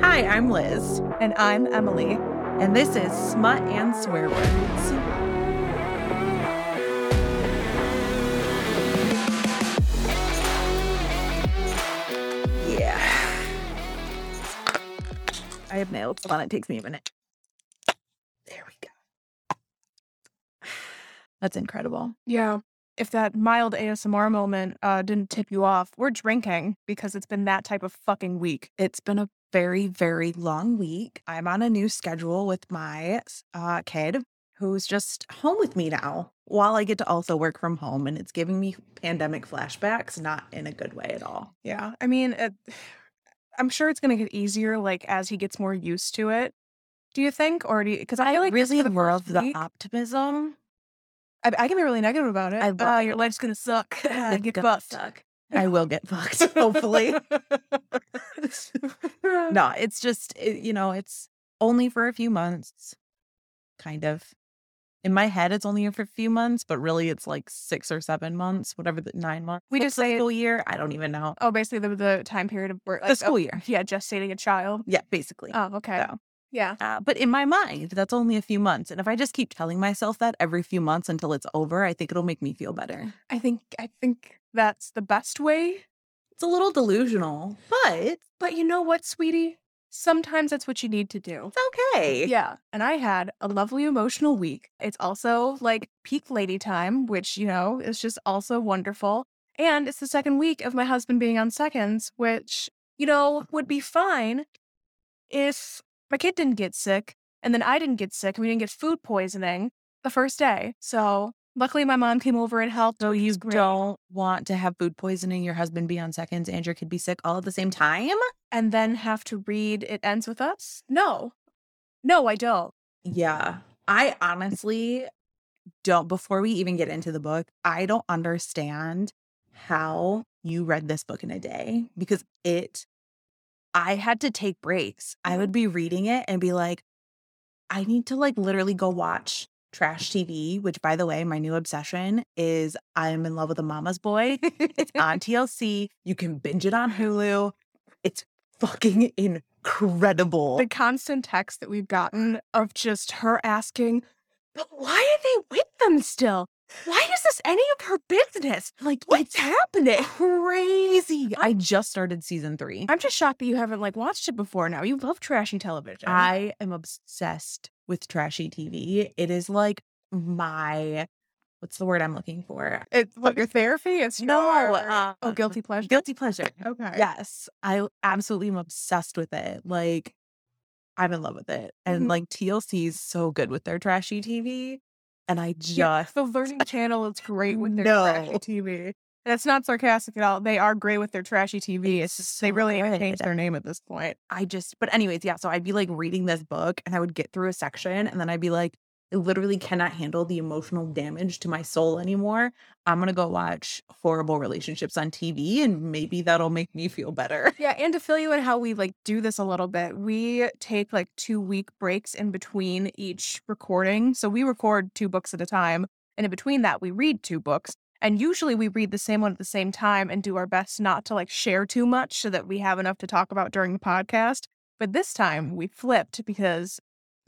Hi, I'm Liz, And I'm Emily. and this is Smut and Swear Words. Yeah. I have nails. Hold on, it takes me a minute. There we go. That's incredible. Yeah. If that mild ASMR moment uh, didn't tip you off, we're drinking because it's been that type of fucking week. It's been a very, very long week. I'm on a new schedule with my uh, kid who's just home with me now while I get to also work from home. And it's giving me pandemic flashbacks, not in a good way at all. Yeah. I mean, it, I'm sure it's going to get easier like as he gets more used to it. Do you think? Or do you? Because I feel like really for the love first the week- optimism. I, I can be really negative about it. I uh, love your life's going to suck. It's get gonna buffed. suck. I will get fucked, hopefully. no, it's just, it- you know, it's only for a few months, kind of. In my head, it's only for a few months, but really it's like six or seven months, whatever the nine months. We What's just the say it- school year. I don't even know. Oh, basically the, the time period of birth. the Like, oh, school year. yeah, gestating a child. Yeah, basically. Oh, okay. So. Yeah. Uh, but in my mind, that's only a few months. And if I just keep telling myself that every few months until it's over, I think it'll make me feel better. I think I think that's the best way. It's a little delusional, but But you know what, sweetie? Sometimes that's what you need to do. it's okay. Yeah. And I had a lovely emotional week. It's also like peak lady time, which, you know, is just also wonderful. And it's the second week of my husband being on seconds, which, you know, would be fine if my kid didn't get sick and then I didn't get sick and we didn't get food poisoning the first day. So luckily my mom came over and helped. So which you is great. don't want to have food poisoning, your husband be on seconds, and your kid be sick all at the same time? and then have to read It Ends With Us? No. No, I don't. Yeah. I honestly don't, before we even get into the book, I don't understand how you read this book in a day because it, I had to take breaks. Mm-hmm. I would be reading it and be like, I need to like literally go watch trash TV, which by the way, my new obsession is I'm in love with a mama's boy. It's on TLC. You can binge it on Hulu. It's fucking incredible. the constant text that we've gotten of just her asking, but why are they with them still? Why is this any of her business? like What's happening? crazy. I just started season three. I'm just shocked that you haven't like watched it before now. You love trashy television. I am obsessed with trashy TV. It is like my what's the word I'm looking for? it's what your therapy? It's No, your- uh, oh, guilty pleasure. Guilty pleasure. Okay. Yes, I absolutely am obsessed with it. Like I'm in love with it. And Mhm. like TLC is so good with their trashy TV. And I just The Learning Channel is great with their No. trashy TV. That's not sarcastic at all. They are great with their trashy TV. It's just they so really haven't good. changed their name at this point. I just, but anyways, yeah. So I'd be like reading this book and I would get through a section and then I'd be like, I literally cannot handle the emotional damage to my soul anymore. I'm going to go watch horrible relationships on TV and maybe that'll make me feel better. Yeah, and to fill you in how we like do this a little bit, we take like two week breaks in between each recording. So we record two books at a time, and in between that, we read two books. And usually we read the same one at the same time and do our best not to like share too much so that we have enough to talk about during the podcast. But this time we flipped because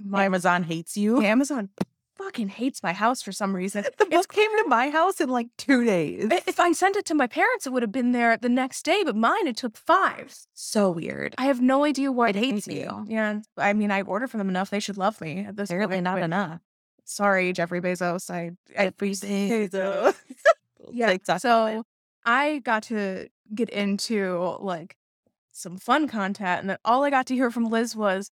my Amazon hates you. Amazon fucking hates my house for some reason. The book came to my house in like two days. I- If I sent it to my parents, it would have been there the next day, but mine it took five. So weird. I have no idea why It they hates hate me. you. Yeah, I mean, I order from them enough; they should love me. At this Apparently point, not but enough. Sorry, Jeffrey Bezos. I, I Bezos. yeah. Like, that's so I got to get into like some fun content, and then all I got to hear from Liz was,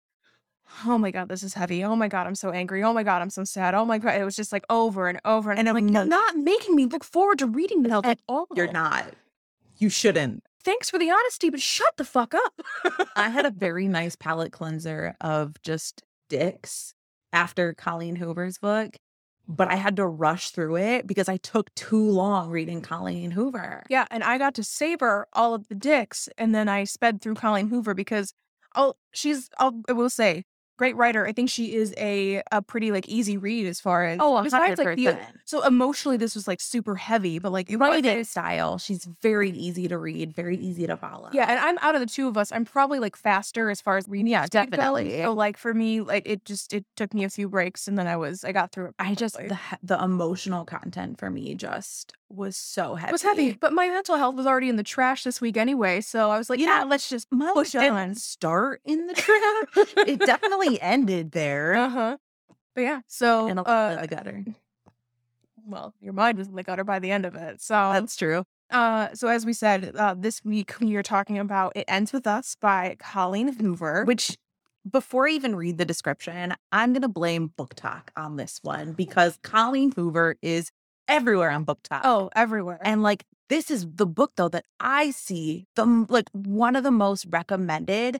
"Oh my god, this is heavy. Oh my god, I'm so angry. Oh my god, I'm so sad. Oh my god." It was just like over and over, and, And I'm like, no, not making me look forward to reading the at all. you're not. You shouldn't. Thanks for the honesty, but shut the fuck up. I had a very nice palate cleanser of just dicks after Colleen Hoover's book, but I had to rush through it because I took too long reading Colleen Hoover. Yeah, and I got to savor all of the dicks, and then I sped through Colleen Hoover because, oh, she's. I'll, I will say great writer. I think she is a a pretty like easy read as far as Oh, besides like the 100%. so emotionally this was like super heavy, but like it Right was- in style. She's very easy to read, very easy to follow. Yeah, and I'm out of the two of us, I'm probably like faster as far as reading. Yeah, speed goes. definitely. So like for me, like it just it took me a few breaks and then I was I got through it. I just perfectly. the he- the emotional content for me just was so heavy. It was heavy, but my mental health was already in the trash this week anyway. So I was like, Yeah. yeah, let's just My Push didn't on. start in the trap. it definitely ended there. Uh huh. But yeah, so And a, uh, a gutter. well, your mind was in the gutter by the end of it. So, That's true. uh, so as we said uh, this week, we are talking about "It Ends with Us" by Colleen Hoover. Which, before I even read the description, I'm going to blame Book Talk on this one because Colleen Hoover is everywhere on Book Talk. oh, everywhere. And like, this is the book though that I see the m- like one of the most recommended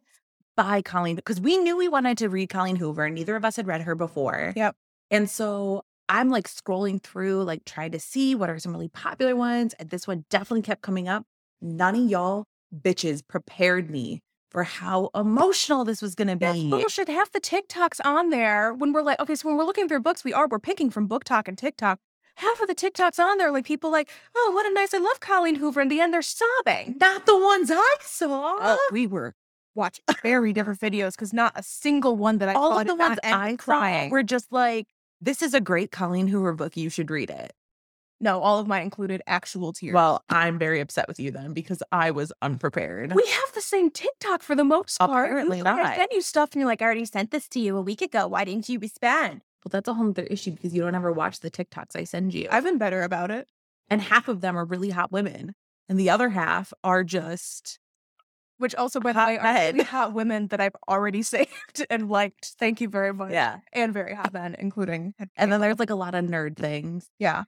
by Colleen because we knew we wanted to read Colleen Hoover. and Neither of us had read her before. Yep. And so I'm like scrolling through, like trying to see what are some really popular ones. And this one definitely kept coming up. None of y'all bitches prepared me for how emotional this was going to That's be. bullshit. Half the TikToks on there when we're like, okay, so when we're looking through books, we are we're picking from Book Talk and TikTok. Half of the TikToks on there, like people like, oh, what a nice, I love Colleen Hoover. In the end, they're sobbing. Not the ones I Uh, saw. we were Watch very different videos because not a single one that I All of caught the it ones on end I saw crying. We're just like, this is a great Colleen Hoover book. You should read it. no, all of my included actual tears. Well, I'm very upset with you then because I was unprepared. We have the same TikTok for the most part. Apparently Usually I not. send you stuff and you're like, I already sent this to you a week ago. Why didn't you respond? Well, that's a whole other issue because you don't ever watch the TikToks I send you. been better about it. and half of them are really hot women, and the other half are just Which also, by the way, are men. really hot women that I've already saved and liked. Thank you very much. yeah. And very hot men, including. And then there's like a lot of nerd things. yeah.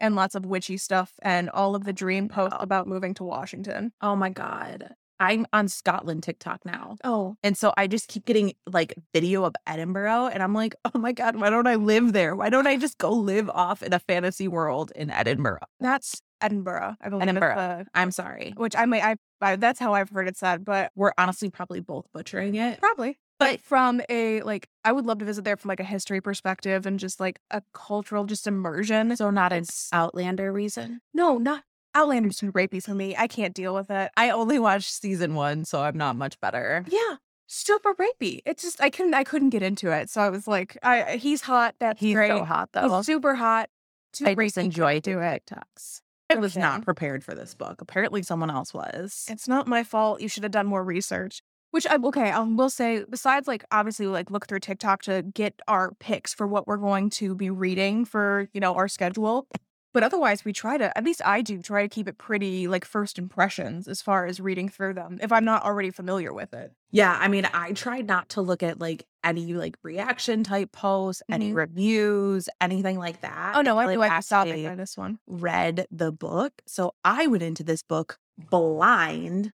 And lots of witchy stuff and all of the dream posts Oh. about moving to Washington. Oh my god, I'm on Scotland TikTok now. Oh. And so I just keep getting like video of Edinburgh, and I'm like, oh my God, why don't I live there? Why don't I just go live off in a fantasy world in Edinburgh? That's Edinburgh, I believe. is Edinburgh. I'm sorry. the- which I may, I, I, that's how I've heard it said, but We're honestly probably both butchering it. probably. But from a like I would love to visit there from like a history perspective and just like a cultural just immersion. so, not an It's- Outlander reason. No, not Outlander's too rapey for me. I can't deal with it. I only watched season one, so I'm not much better. Yeah. Super rapey. It's just I couldn't I couldn't get into it. So I was like, I he's hot, that's He's great. so hot though. He's super hot. Too I rapey. just enjoy doing TikToks. I was Okay. not prepared for this book. Apparently, someone else was. It's not my fault. You should have done more research. Which I okay, I will say, besides like obviously like look through TikTok to get our picks for what we're going to be reading for, you know, our schedule. But otherwise we try to at least I do try to keep it pretty like first impressions as far as reading through them, if I'm not already familiar with it. Yeah, I mean, I tried not to look at like any like reaction type posts, any Mhm. reviews, anything like that. Oh no, I until knew I saw actually it by this one. read the book. So I went into this book blind.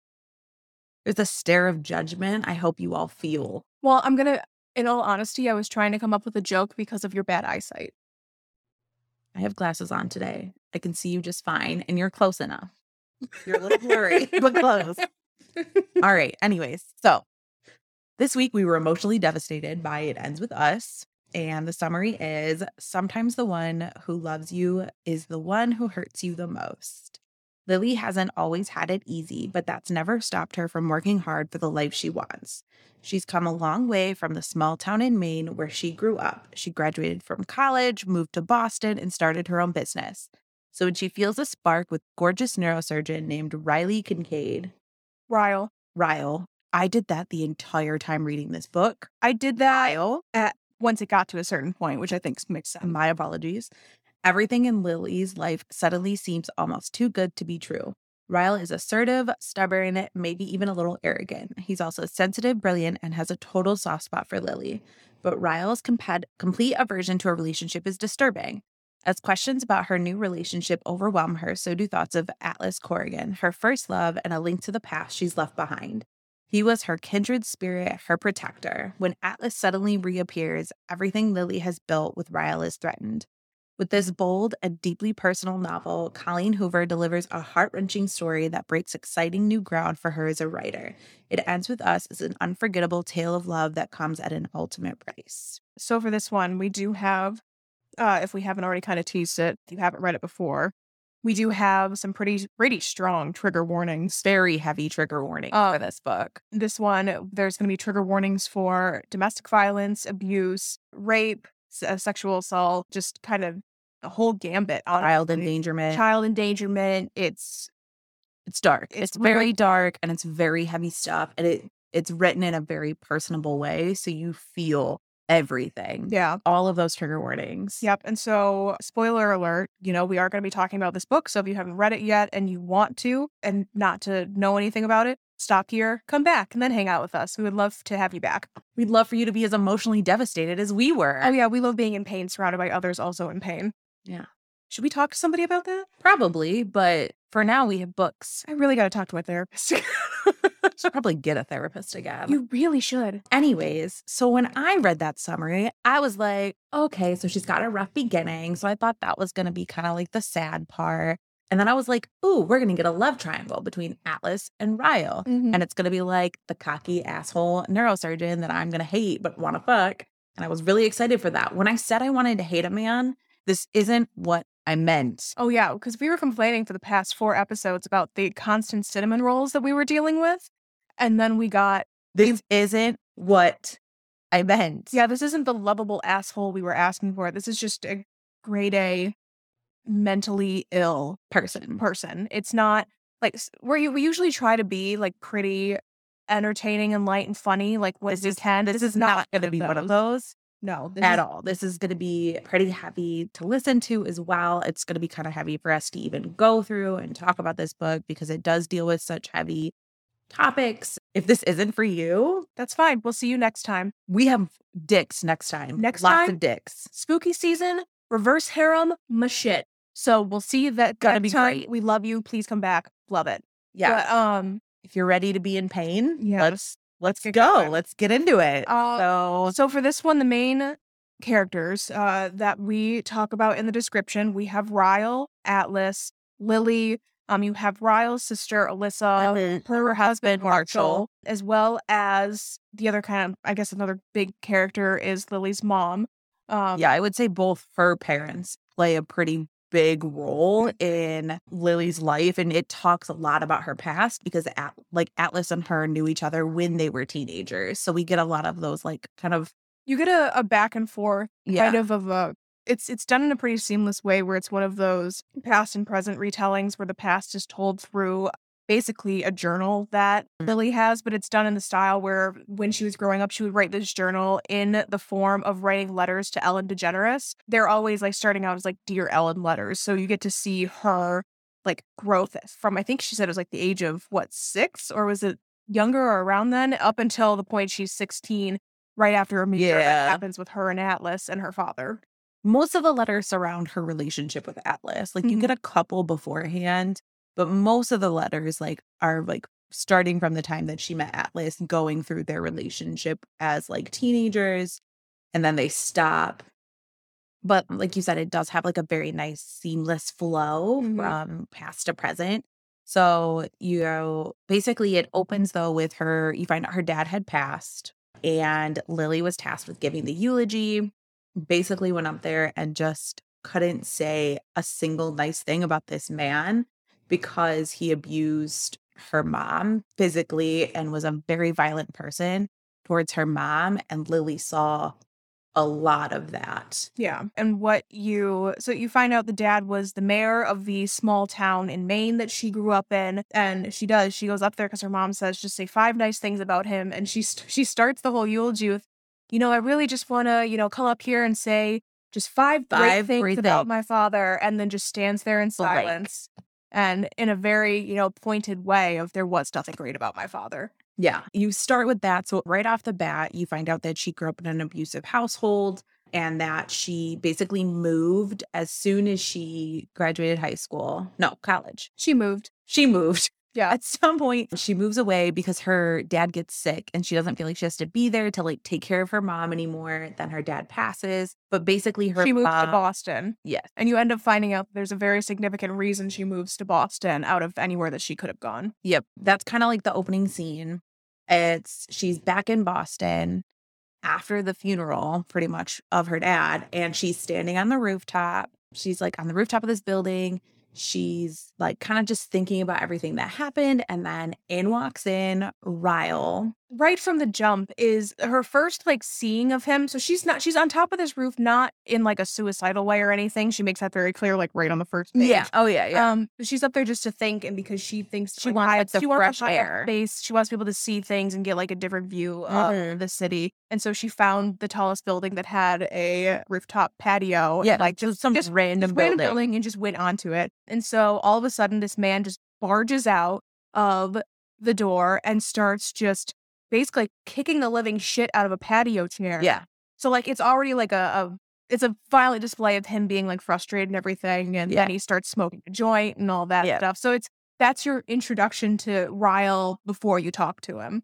There's a stare of judgment. I hope you all feel. Well, I'm gonna in all honesty, I was trying to come up with a joke because of your bad eyesight. I have glasses on today. I can see you just fine, and you're close enough. You're a little blurry, but close. All right. Anyways, so this week we were emotionally devastated by It Ends With Us. And the summary is sometimes the one who loves you is the one who hurts you the most. Lily hasn't always had it easy, but that's never stopped her from working hard for the life she wants. She's come a long way from the small town in Maine where she grew up. She graduated from college, moved to Boston, and started her own business. So when she feels a spark with gorgeous neurosurgeon named Riley Kincaid, Ryle. Ryle. I did that the entire time reading this book. I did that at once it got to a certain point, which I think makes sense. My apologies. Everything in Lily's life suddenly seems almost too good to be true. Ryle is assertive, stubborn, maybe even a little arrogant. He's also sensitive, brilliant, and has a total soft spot for Lily. But Ryle's compa- complete aversion to a relationship is disturbing. As questions about her new relationship overwhelm her, so do thoughts of Atlas Corrigan, her first love, and a link to the past she's left behind. He was her kindred spirit, her protector. When Atlas suddenly reappears, everything Lily has built with Ryle is threatened. With this bold and deeply personal novel, Colleen Hoover delivers a heart wrenching story that breaks exciting new ground for her as a writer. It ends with us as an unforgettable tale of love that comes at an ultimate price. So for this one, we do have, uh, if we haven't already kind of teased it, if you haven't read it before, we do have some pretty pretty strong trigger warnings Very heavy trigger warning Uh, for this book. this one there's going to be trigger warnings for domestic violence abuse rape s- uh, sexual assault just kind of a whole gambit on Child endangerment. child endangerment it's it's dark. It's, It's very dark and it's very heavy stuff. And it it's written in a very personable way. So you feel everything. yeah All of those trigger warnings. Yep. And so, spoiler alert, you know, we are going to be talking about this book. So, if you haven't read it yet and you want to and not to know anything about it, stop here, come back, and then hang out with us. We would love to have you back. We'd love for you to be as emotionally devastated as we were. Oh, yeah. We love being in pain, surrounded by others also in pain. Yeah. Should we talk to somebody about that? Probably, but for now we have books. I really got to talk to my therapist. Should probably get a therapist again. you really should. Anyways, so when I read that summary, I was like, okay, so she's got a rough beginning. So I thought that was going to be kind of like the sad part. And then I was like, ooh, we're going to get a love triangle between Atlas and Ryle. And And it's going to be like the cocky asshole neurosurgeon that I'm going to hate but want to fuck. And I was really excited for that. When I said I wanted to hate a man, this isn't what I meant. oh, yeah. Because we were complaining for the past four episodes about the constant cinnamon rolls that we were dealing with. And then we got This isn't what I meant. Yeah, this isn't the lovable asshole we were asking for. This is just a grade A mentally ill Mm. Person. person. It's not like s- we're, u- we usually try to be like pretty entertaining and light and funny, like what This we is- can. This is not going to be one of those. No, this at is- all. This is going to be pretty heavy to listen to as well. It's going to be kind of heavy for us to even go through and talk about this book because it does deal with such heavy topics. If this isn't for you, That's fine. We'll see you next time. we have dicks next time. Next Lots time? of dicks. Spooky season, reverse harem, my shit. So we'll see you that Gonna next be time. great. We love you. Please come back. Love it. Yeah. But, um. if you're ready to be in pain, Yeah. let's let's get go. going. Let's get into it. Uh, so So for this one, the main characters uh, that we talk about in the description, we have Ryle, Atlas, Lily. Um, you have Ryle's sister Alyssa, her husband Marshall, Marshall. as well as the other kind of, I guess, another big character is Lily's mom. Um, yeah, I would say both her parents play a pretty big role in Lily's life and it talks a lot about her past because at, like Atlas and her knew each other when they were teenagers. So we get a lot of those like kind of you get a, a back and forth yeah, kind of of a. It's it's done in a pretty seamless way where it's one of those past and present retellings where the past is told through uh, basically a journal that Mm. Lily has, but it's done in the style where when she was growing up, she would write this journal in the form of writing letters to Ellen DeGeneres. They're always like starting out as like dear Ellen letters, so you get to see her like growth from I think she said it was like the age of what six or was it younger or around then up until the point she's sixteen. Right after a meteor that Yeah. happens with her and Atlas and her father. most of the letters surround her relationship with Atlas. Like Mhm. you get a couple beforehand, but most of the letters like are like starting from the time that she met Atlas, going through their relationship as like teenagers, and then they stop. But like you said, it does have like a very nice seamless flow Mhm. from past to present. So you know, basically it opens though with her. You find out her dad had passed, and Lily was tasked with giving the eulogy basically went up there and just couldn't say a single nice thing about this man because he abused her mom physically and was a very violent person towards her mom. And Lily saw a lot of that. Yeah. And what you so you find out the dad was the mayor of the small town in Maine that she grew up in and she does she goes up there cuz her mom says just say five nice things about him and she st- she starts the whole eulogy with you know I really just want to you know come up here and say just five, great Five things great about things. my father and then just stands there in Blank. silence and in a very you know pointed way of there was nothing great about my father. Yeah. You start with that. So, right off the bat, you find out that she grew up in an abusive household and that she basically moved as soon as she graduated high school. No, college. She moved She moved. Yeah. At some point, she moves away because her dad gets sick and she doesn't feel like she has to be there to like take care of her mom anymore. Then her dad passes, but basically her she moves to mom- Boston. uh, Yes. And you end up finding out there's a very significant reason she moves to Boston out of anywhere that she could have gone. Yep. That's kind of like the opening scene. It's she's back in Boston after the funeral, pretty much, of her dad. And she's standing on the rooftop. She's like on the rooftop of this building. She's like kind of just thinking about everything that happened. And then in walks in Ryle. Right from the jump is her first like seeing of him. So she's not she's on top of this roof, not in like a suicidal way or anything. She makes that very clear, like right on the first page. Oh, yeah. Um, but she's up there just to think, and because she thinks She wants, high- like, the she wants fresh high air. space. She wants people to see things and get like a different view of Mhm. the city. And so she found the tallest building that had a rooftop patio. yeah. and, like just Oh, some just- random, just random building. building and just went onto it. And so all of a sudden, this man just barges out of the door and starts just basically kicking the living shit out of a patio chair. Yeah. So like it's already like a, a it's a violent display of him being like frustrated and everything, and Yeah. then he starts smoking a joint and all that Yeah. stuff. So it's that's your introduction to Ryle before you talk to him.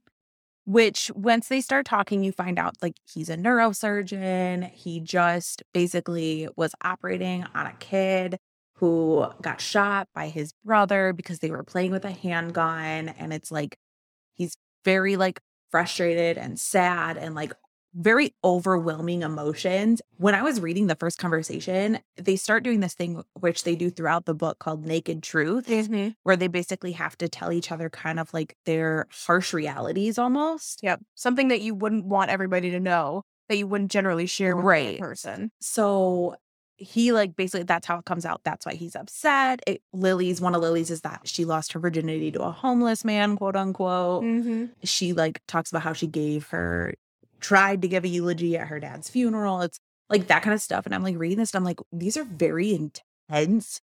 which once they start talking you find out like he's a neurosurgeon he just basically was operating on a kid who got shot by his brother because they were playing with a handgun and it's like he's very like frustrated and sad and like very overwhelming emotions. When I was reading the first conversation, they start doing this thing which they do throughout the book called naked truth where they basically have to tell each other kind of like their harsh realities almost. Yep. Something that you wouldn't want everybody to know that you wouldn't generally share with Right. a person. So he like basically that's how it comes out. That's why he's upset. It, Lily's one of Lily's is that she lost her virginity to a homeless man, quote unquote. Mm-hmm. She like talks about how she gave her tried to give a eulogy at her dad's funeral. It's like that kind of stuff. And I'm like reading this and I'm like, these are very intense,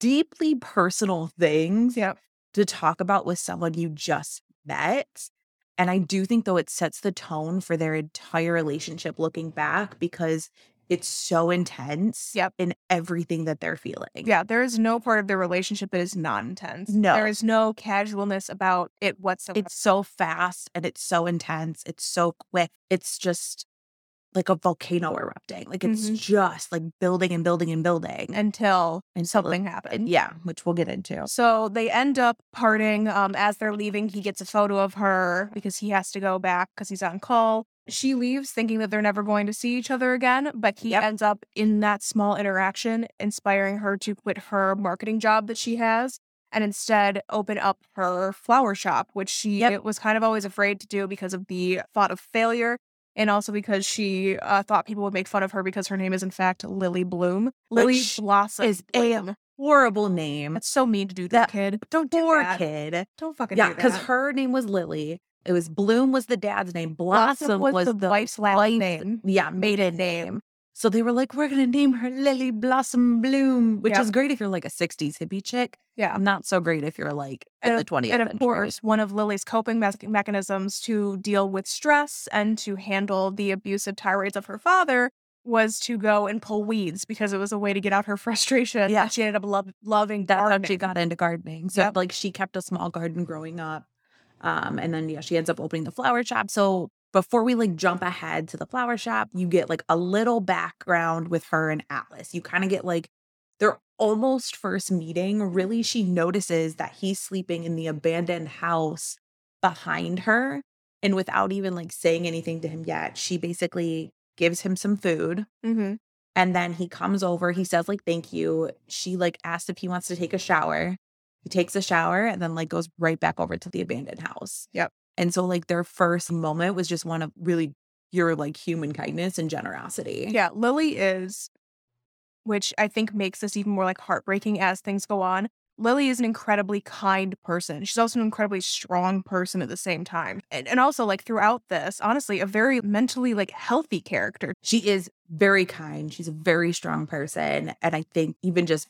deeply personal things. Yep. to talk about with someone you just met. And I do think, though, it sets the tone for their entire relationship looking back because it's so intense Yep. in everything that they're feeling. Yeah, there is no part of their relationship that is not intense. No. There is no casualness about it whatsoever. It's so fast and it's so intense. It's so quick. It's just like a volcano erupting. Like it's Mhm. just like building and building and building. until Until it- something happens. and yeah, which we'll get into. So they end up parting. Um, as they're leaving, he gets a photo of her because he has to go back because he's on call. She leaves thinking that they're never going to see each other again, but he Yep. ends up in that small interaction, inspiring her to quit her marketing job that she has and instead open up her flower shop, which she Yep. was kind of always afraid to do because of the thought of failure. And also because she uh, thought people would make fun of her because her name is, in fact, Lily Bloom. Lily Which Blossom is a- Bloom. Horrible name. That's so mean to do to That- a kid. Don't do Poor that. kid. Don't fucking Yeah, do that. because her name was Lily. It was Bloom was the dad's name. Blossom, Blossom was, the, wife's last wife's name. yeah maiden name. So they were like, we're gonna name her Lily Blossom Bloom, which Yep. is great if you're like a '60s hippie chick. Yeah. Not so great if you're like And at the of- 20th And of century. course, one of Lily's coping mes- mechanisms to deal with stress and to handle the abusive tirades of her father was to go and pull weeds because it was a way to get out her frustration. Yeah. And She ended up lov- loving that's how she gardening. got into gardening. So Yep. like she kept a small garden growing up. Um, and then yeah, she ends up opening the flower shop. So before we like jump ahead to the flower shop, you get like a little background with her and Atlas. You kind of get like their almost first meeting. Really, she notices that he's sleeping in the abandoned house behind her. And without even like saying anything to him yet, she basically gives him some food. Mm-hmm. And then he comes over, he says, like, thank you. She like asks if he wants to take a shower. He takes a shower and then like goes right back over to the abandoned house. Yep. And so like their first moment was just one of really pure like human kindness and generosity. Yeah, Lily is, which I think makes this even more like heartbreaking as things go on. Lily is an incredibly kind person. She's also an incredibly strong person at the same time. And, and also, like, throughout this, honestly, a very mentally, like, healthy character. She is very kind. She's a very strong person. And I think even just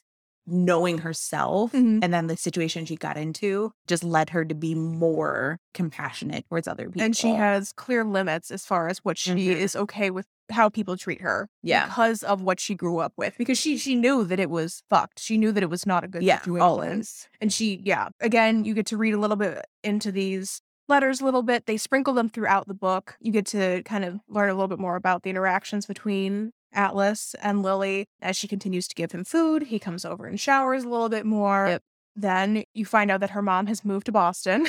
knowing herself Mhm. and then the situation she got into just led her to be more compassionate towards other people. And she has clear limits as far as what she Mhm. is okay with how people treat her Yeah. because of what she grew up with because she she knew that it was fucked she knew that it was not a good Yeah, situation always. and she yeah again you get to read a little bit into these letters a little bit they sprinkle them throughout the book you get to kind of learn a little bit more about the interactions between atlas and lily as she continues to give him food he comes over and showers a little bit more Yep. then you find out that her mom has moved to boston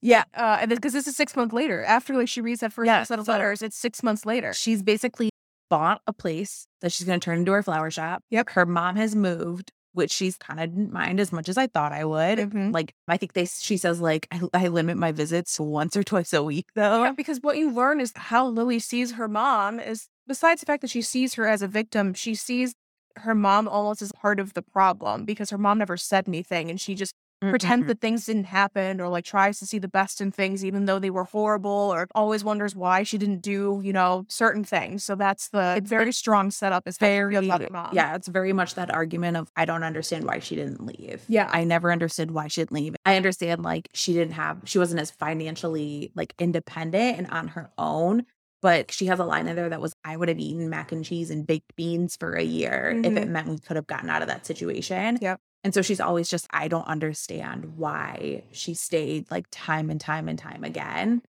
Yeah. uh and because this is six months later after like she reads that first Yeah, set of so- letters it's six months later She's basically bought a place that she's going to turn into her flower shop. Yep. Her mom has moved, which she's kind of didn't mind as much as I thought I would. Mhm. Like, I think they, she says, like, I, I limit my visits once or twice a week, though. Yeah, because what you learn is how Lily sees her mom is besides the fact that she sees her as a victim, she sees her mom almost as part of the problem because her mom never said anything and she just Mm, mm, pretends mm. that things didn't happen or like tries to see the best in things even though they were horrible or always wonders why she didn't do, you know, certain things. So that's the it's very strong setup is very about her mom. Yeah, it's very much that argument of I don't understand why she didn't leave. Yeah. I never understood why she didn't leave. I understand like she didn't have she wasn't as financially like independent and on her own, but she has a line in there that was I would have eaten mac and cheese and baked beans for a year if it meant we could have gotten out of that situation. Mm-hmm. Yep. And so she's always just I don't understand why she stayed like time and time and time again.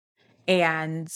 And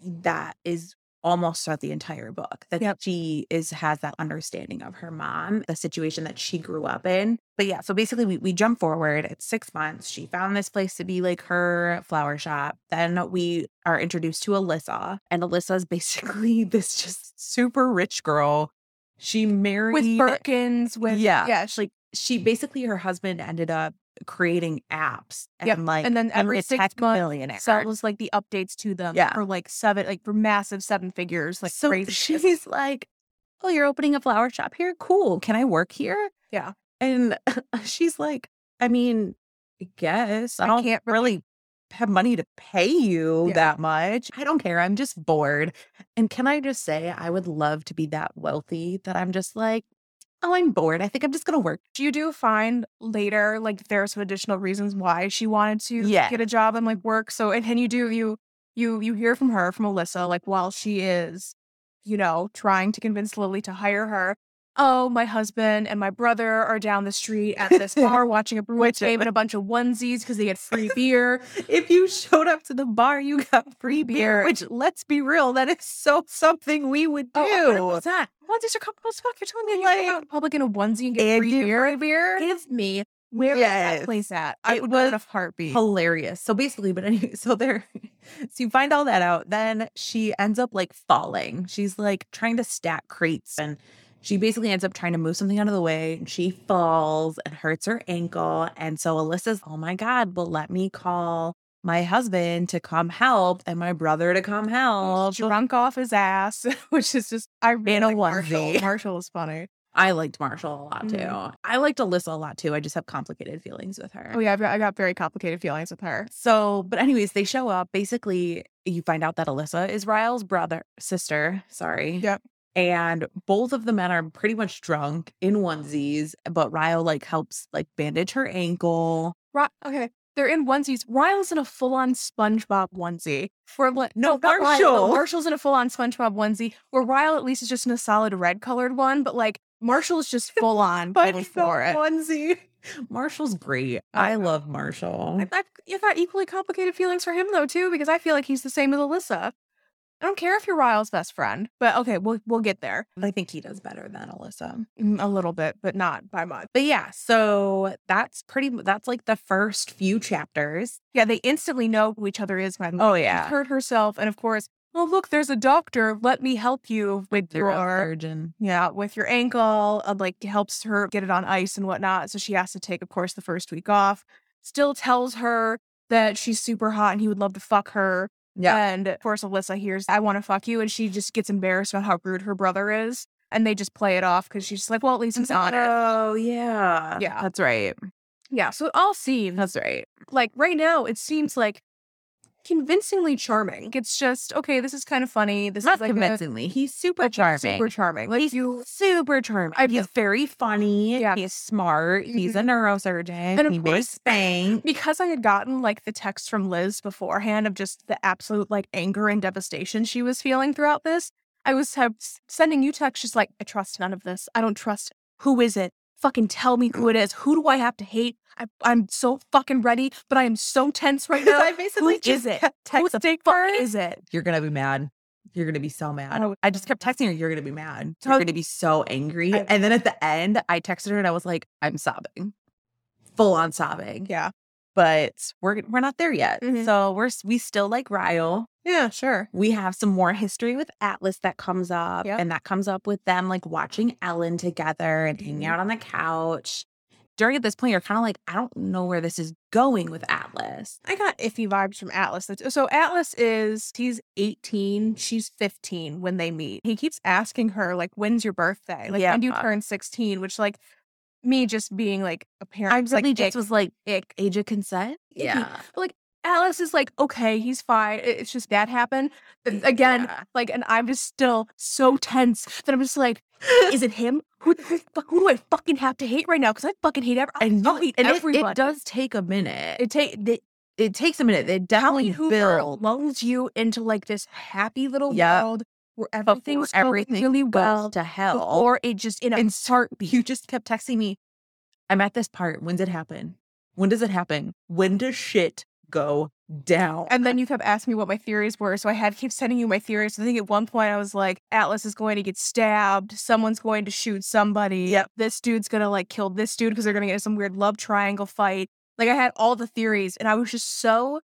that is almost throughout the entire book that Yep. she is has that understanding of her mom the situation that she grew up in but yeah so basically we, we jump forward it's six months she found this place to be like her flower shop then we are introduced to alyssa and alyssa's basically this just super rich girl she married With Birkins, with Yeah. yeah she, like she basically her husband ended up creating apps and Yep. like And then every a six tech months, millionaire sells like the updates to them Yeah. for like seven like for massive seven figures, like so crazy. she's like, "Oh, you're opening a flower shop here? Cool. Can I work here?" Yeah. And she's like, "I mean, I guess I, I don't can't really have money to pay you Yeah. that much. I don't care. I'm just bored. And can I just say, I would love to be that wealthy that I'm just like, oh, I'm bored. I think I'm just gonna work. you do find later like there's some additional reasons why she wanted to Yeah. get a job and like work so and then you do you you you hear from her from alyssa like while she is you know trying to convince lily to hire her oh my husband and my brother are down the street at this bar watching a bruins Which- game and a bunch of onesies because they get free beer If you showed up to the bar, you got free Beer. beer. Which, let's be real, that is so something we would do. Oh, that? Onesies are comfortable as fuck. You're telling me like, you go out in public in a onesie and get And free you- beer? beer? Give me Where is that Yes. place at? I It would was was a heartbeat. hilarious. So basically, but anyway, so there, so you find all that out. Then she ends up like falling. She's like trying to stack crates and she basically ends up trying to move something out of the way and she falls and hurts her ankle. And so Alyssa's, oh my God, well, let me call my husband to come help and my brother to come help. drunk off his ass, which is just I really In a like Marshall. onesie. Marshall is funny. I liked Marshall a lot too. Mhm. I liked Alyssa a lot too. I just have complicated feelings with her. Oh yeah, I've got, I got very complicated feelings with her. So, but anyways, they show up. Basically, you find out that Alyssa is Ryle's brother, sister. Sorry. Yep. And both of the men are pretty much drunk in onesies, but Ryle like helps like bandage her ankle. Ry- okay, they're in onesies. Ryle's in a full-on SpongeBob onesie. Where li- No, not Ryle, but Marshall. Marshall's in a full-on SpongeBob onesie. Where Ryle at least is just in a solid red-colored one, but like Marshall is just full-on going for it. onesie. Marshall's great. I love Marshall. I've, I've got equally complicated feelings for him though too, because I feel like he's the same as Alyssa. I don't care if you're Ryle's best friend, but okay, we'll we'll get there I think he does better than Alyssa. Mm, a little bit, but not by much. But yeah, so that's pretty. mu- That's like the first few chapters. Yeah, they instantly know who each other is. My mom Oh, yeah, hurt herself, and of course, oh look, there's a doctor. Let me help you with They're your a surgeon. yeah with your ankle. Uh, like helps her get it on ice and whatnot. So she has to take, of course, the first week off. Still tells her that she's super hot and he would love to fuck her. Yeah, And of course, Alyssa hears, "I want to fuck you," and she just gets embarrassed about how rude her brother is. And they just play it off because she's like, "Well, at least he's honest." Oh yeah, Yeah. That's right. Yeah. So it all seems That's right. like right now it seems like convincingly charming. It's just okay. This is kind of funny. This Not is like a convincingly. he's super charming. super charming. Like he's you, super charming. I- he's very funny. Yeah. He's smart. He's a neurosurgeon. of he wears course- Spanx. because I had gotten like the text from Liz beforehand of just the absolute like anger and devastation she was feeling throughout this. I was have, sending you texts just like I trust none of this. I don't trust. Who is it? Fucking tell me who it is. Who do I have to hate? I, I'm so fucking ready, but I am so tense right now. basically who is it? kept Who texting the fuck her, is it? You're gonna be mad. You're gonna be so mad. Oh. I just kept texting her. You're gonna be mad. Oh. You're gonna be so angry. I- and then at the end, I texted her and I was like, I'm sobbing, full on sobbing. Yeah. But we're we're not there yet. Mhm. So we're s- we still like Ryle. Yeah, sure. We have some more history with Atlas that comes up, Yep. and that comes up with them like watching Ellen together and hanging Mhm. out on the couch. During at this point, you're kind of like, I don't know where this is going with Atlas. I got iffy vibes from Atlas. That's- So Atlas is he's 18, she's 15 when they meet. He keeps asking her like when's your birthday? Like Yeah. when do you turn 16, which like me just being like a parent I was like, really just ick. was like, ick. age of consent. Yeah. Alice is like, okay, he's fine. It- It's just that happened. But Again, Yeah. like, and I'm just still so tense that I'm just like, is it him? Who, who, the fuck- who do I fucking have to hate right now? Because I fucking hate everyone. I and still no, hate and it- it, everybody. does take a minute. It, It take the it takes a minute. They definitely who build. lulls you into like this happy little Yep. world where before everything's going everything really goes well, to hell. or it just in a and start. You just kept texting me. I'm at this part. When's it happen? When does it happen? When does shit go down? And then you kept asking me what my theories were. So I had to keep sending you my theories. I think at one point I was like, Atlas is going to get stabbed. Someone's going to shoot somebody. Yep. This dude's going to like kill this dude because they're going to get in some weird love triangle fight. Like I had all the theories and I was just so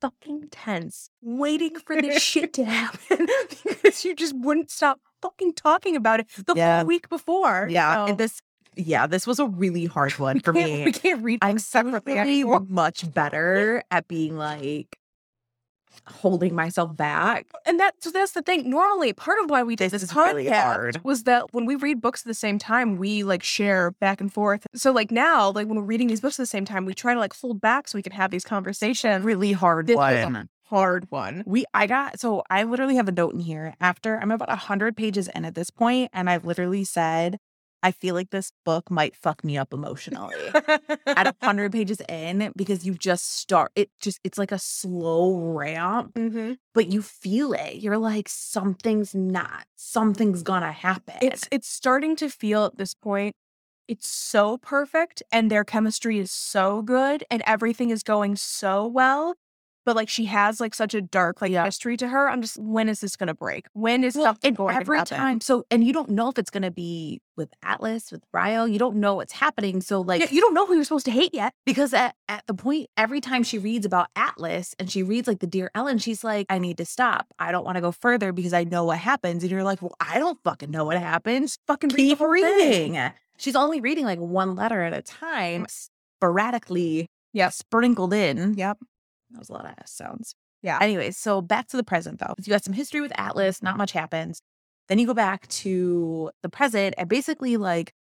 fucking tense waiting for this shit to happen because you just wouldn't stop fucking talking about it the Yeah. whole week before. yeah, So and this. Yeah, this was a really hard one for can't- Oh. we me. can't read I'm books separately. really anymore. much better at being like holding myself back. and that so that's the thing. Normally, part of why we did This this is really podcast hard. was that when we read books at the same time, we like share back and forth. So like now, like when we're reading these books at the same time, we try to like hold back so we can have these conversations. Really hard This was a one. Hard one. We I got so I literally have a note in here after I'm about 100 pages in at this point and I've literally said I feel like this book might fuck me up emotionally. at 100 pages in because you just start it just it's like a slow ramp Mhm. but you feel it. You're like something's not something's going to happen. It's it's starting to feel at this point. It's so perfect, and their chemistry is so good, and everything is going so well. But like she has like such a dark like Yeah. history to her. I'm just when is this gonna break? When is Well, something and going every to happen? time so and you don't know if it's going to be with Atlas, with Ryle, you don't know what's happening. So like Yeah, you don't know who you're supposed to hate yet. Because at, at the point, every time she reads about Atlas and she reads like the Dear Ellen, she's like, I need to stop. I don't want to go further because I know what happens. And you're like, well, I don't fucking know what happens. Fucking read the Keep whole thing. reading. She's only reading like one letter at a time, sporadically Yep. sprinkled in. Yep. That was a lot of ass sounds. Yeah. Anyways, so back to the present though. You got some history with Atlas, not much happens. Then you go back to the present and basically like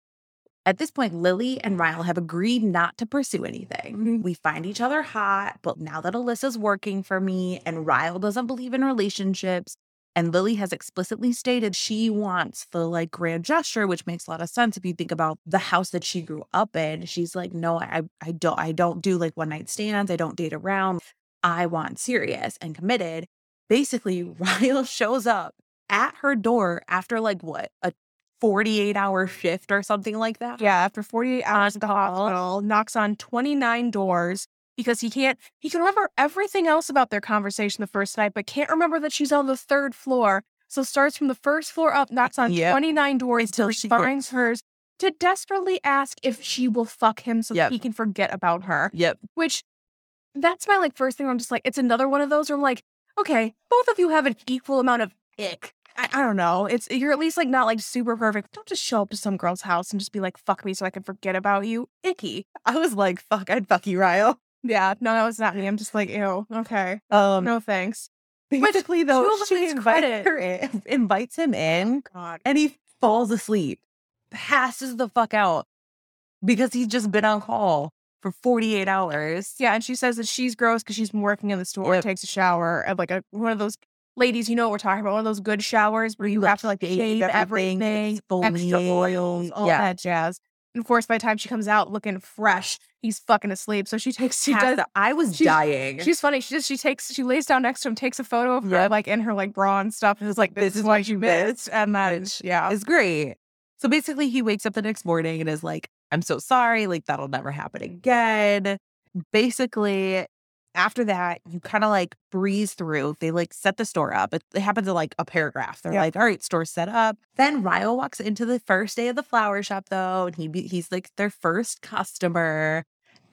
at this point, Lily and Ryle have agreed not to pursue anything. Mhm. We find each other hot, but now that Alyssa's working for me and Ryle doesn't believe in relationships, and Lily has explicitly stated she wants the like grand gesture, which makes a lot of sense if you think about the house that she grew up in. She's like, no, I, I don't, I don't do like one night stands. I don't date around. I want serious and committed. Basically, Ryle shows up at her door after like what a 48 hour shift or something like that. Yeah. After 48 hours at the hospital, knocks on 29 doors because he can't, he can remember everything else about their conversation the first night, but can't remember that she's on the third floor. So starts from the first floor up, knocks on Yep. 29 doors Until till she she quits. finds hers to desperately ask if she will fuck him so Yep. that he can forget about her, Yep. which that's my like first thing where I'm just like, it's another one of those where I'm like, okay, both of you have an equal amount of ick. I, I don't know. It's you're at least like not like super perfect. Don't just show up to some girl's house and just be like, fuck me so I can forget about you. Icky. I was like, fuck, I'd fuck you, Ryle. Yeah, no, that was not me. I'm just like, ew, okay. Um No thanks. basically though, to she his invites credit- her in, invites him in God. and he falls asleep, passes the fuck out because he's just been on call for 48 hours. Yeah, and she says that she's gross because she's been working in the store, Yep. takes a shower, and like a one of those ladies, you know what we're talking about, one of those good showers where you have to like shave shave everything, everything, extra exfoliate, oils, all yeah. that jazz. And of course, by the time she comes out looking fresh, he's fucking asleep. So she takes, she Passed does. out. I was she's- dying. She's funny. She just she takes she lays down next to him, takes a photo of her Yep. like in her like bra and stuff, and is like, "This, This is is what what you you missed," and that is yeah, It's great. So basically, he wakes up the next morning and is like, I'm so sorry. Like, that'll never happen again. Basically, after that, you kind of like breeze through. They like set the store up. It, it happens in like a paragraph. They're Yeah. like, all right, store's set up. Then Ryo walks into the first day of the flower shop, though, and he be- he's like their first customer.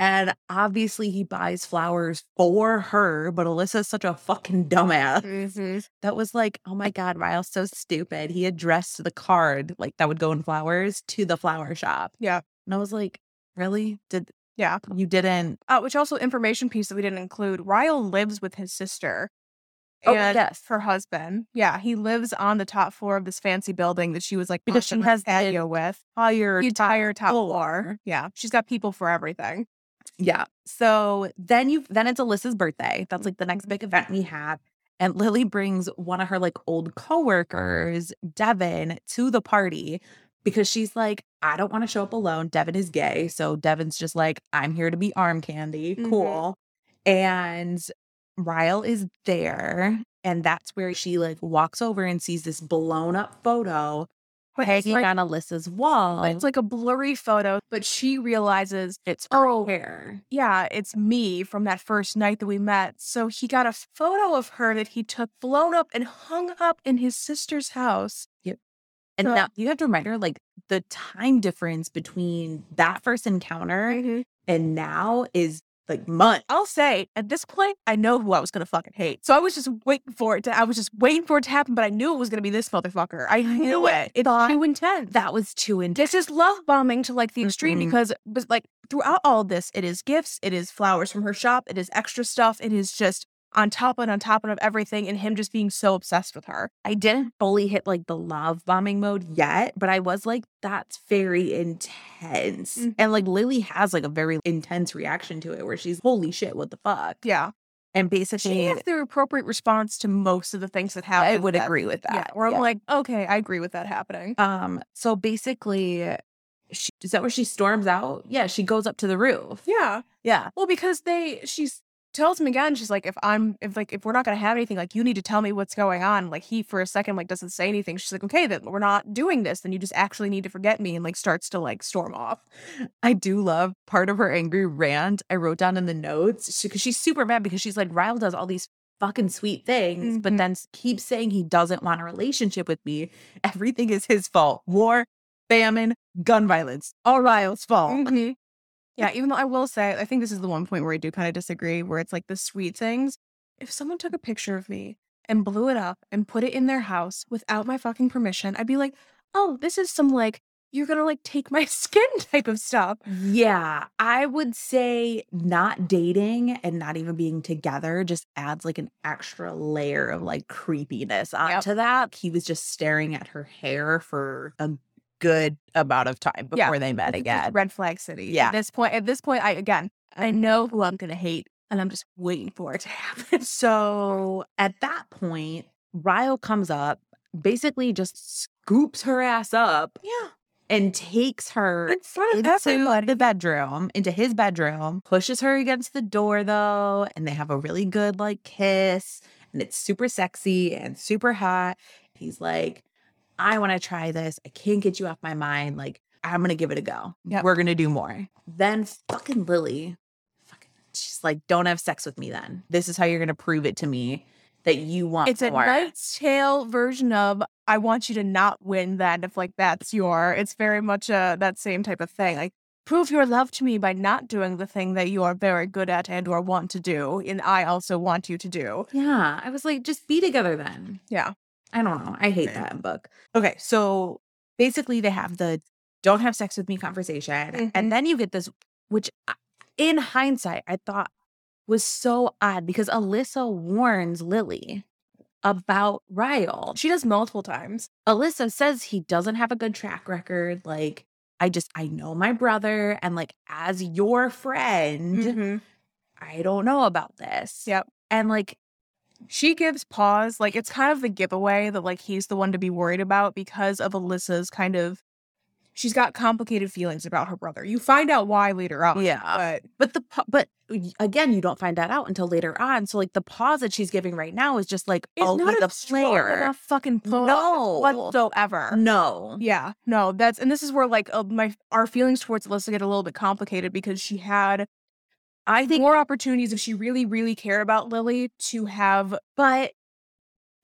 And obviously, he buys flowers for her, but Alyssa's such a fucking dumbass Mm-hmm. that was like, oh my God, Ryle's so stupid. He addressed the card like that would go in flowers to the flower shop. Yeah. And I was like, really? Did yeah. you didn't? uh, which also information piece that we didn't include. Ryle lives with his sister Oh, and yes. her husband. Yeah, he lives on the top floor of this fancy building that she was like Because she on her has the patio with Higher. the entire top floor. floor. Yeah, she's got people for everything. Yeah. So then you then it's Alyssa's birthday. That's like the next big Mm-hmm. event we have. And Lily brings one of her like old coworkers, Devin, to the party because she's like, I don't want to show up alone. Devin is gay. So Devin's just like, I'm here to be arm candy. Mhm. Cool. And Ryle is there. And that's where she like walks over and sees this blown up photo it's hanging like, on Alyssa's wall. it's like a blurry photo, but she realizes it's oh, hair. yeah, it's me from that first night that we met. So he got a photo of her that he took, blown up and hung up in his sister's house. And So- now you have to remind her like the time difference between that first encounter Mm-hmm. and now is like months. I'll say at this point, I know who I was gonna fucking hate. So I was just waiting for it to. I was just waiting for it to happen, but I knew it was gonna be this motherfucker. I knew it. It's too intense. That was too intense. This is love bombing to like the extreme Mhm. because, but like throughout all this, it is gifts, it is flowers from her shop, it is extra stuff, it is just on top and on top and of everything, and him just being so obsessed with her. I didn't fully hit like the love bombing mode yet, but I was like, that's very intense. Mhm. And like Lily has like a very intense reaction to it where she's, holy shit, what the fuck? Yeah, And she basically, has the appropriate response to most of the things that happen. I would that- agree with Yeah, that. where I'm Yeah. like, okay, I agree with that happening. um, so basically, she, is that where she storms out? Yeah, she goes up to the roof. Yeah. Yeah. Well, because they she's tells him again, she's like, if I'm if like if we're not gonna have anything, like you need to tell me what's going on. Like he for a second like doesn't say anything. She's like, okay, then we're not doing this. Then you just actually need to forget me and like starts to like storm off. I do love part of her angry rant. I wrote down in the notes because she's super mad because she's like, Ryle does all these fucking sweet things, but Mhm. then s- keeps saying he doesn't want a relationship with me. Everything is his fault war, famine, gun violence, all Ryle's fault. Yeah, even though I will say, I think this is the one point where I do kind of disagree, where it's like the sweet things. If someone took a picture of me and blew it up and put it in their house without my fucking permission, I'd be like, oh, this is some like you're gonna like take my skin type of stuff. Yeah, I would say not dating and not even being together just adds like an extra layer of like creepiness onto that. He was just staring at her hair for a good amount of time Yeah. before they met It's just again. Red flag city. Yeah. At this point, at this point, I again, I know who I'm gonna hate, and I'm just waiting for it to happen. So at that point, Ryo comes up, basically just scoops her ass up yeah. and takes her In front of into everybody. the bedroom, into his bedroom, pushes her against the door though, and they have a really good like kiss, and it's super sexy and super hot. He's like, I want to try this. I can't get you off my mind. Like, I'm gonna give it a go. Yep. We're gonna do more. Then fucking Lily, fucking, she's like, don't have sex with me. Then this is how you're gonna prove it to me that you want It's a more. Knight's Tale version of I want you to not win that if like that's your it's very much uh that same type of thing. Like prove your love to me by not doing the thing that you are very good at and or want to do and I also want you to do. Yeah, I was like, just be together then. Yeah. I don't know. I hate Okay. that in book. Okay, so basically they have the don't have sex with me conversation. Mhm. And then you get this, which I- in hindsight, I thought was so odd because Alyssa warns Lily about Ryle. She does multiple times. Alyssa says he doesn't have a good track record. Like, I just, I know my brother. And like, as your friend, Mhm. I don't know about this. Yep. And like, She gives pause. Like it's kind of the giveaway that like he's the one to be worried about because of Alyssa's kind of she's got complicated feelings about her brother. You find out why later on. yeah. But But the, pa- but y- again, you don't find that out until later on. So like, the pause that she's giving right now is just like, it's oh, not he's a a player. enough fucking plot No. whatsoever. No. Yeah, no, that's and this is where like uh, my our feelings towards Alyssa get a little bit complicated because she had I think, more opportunities if she really, really cared about Lily to have but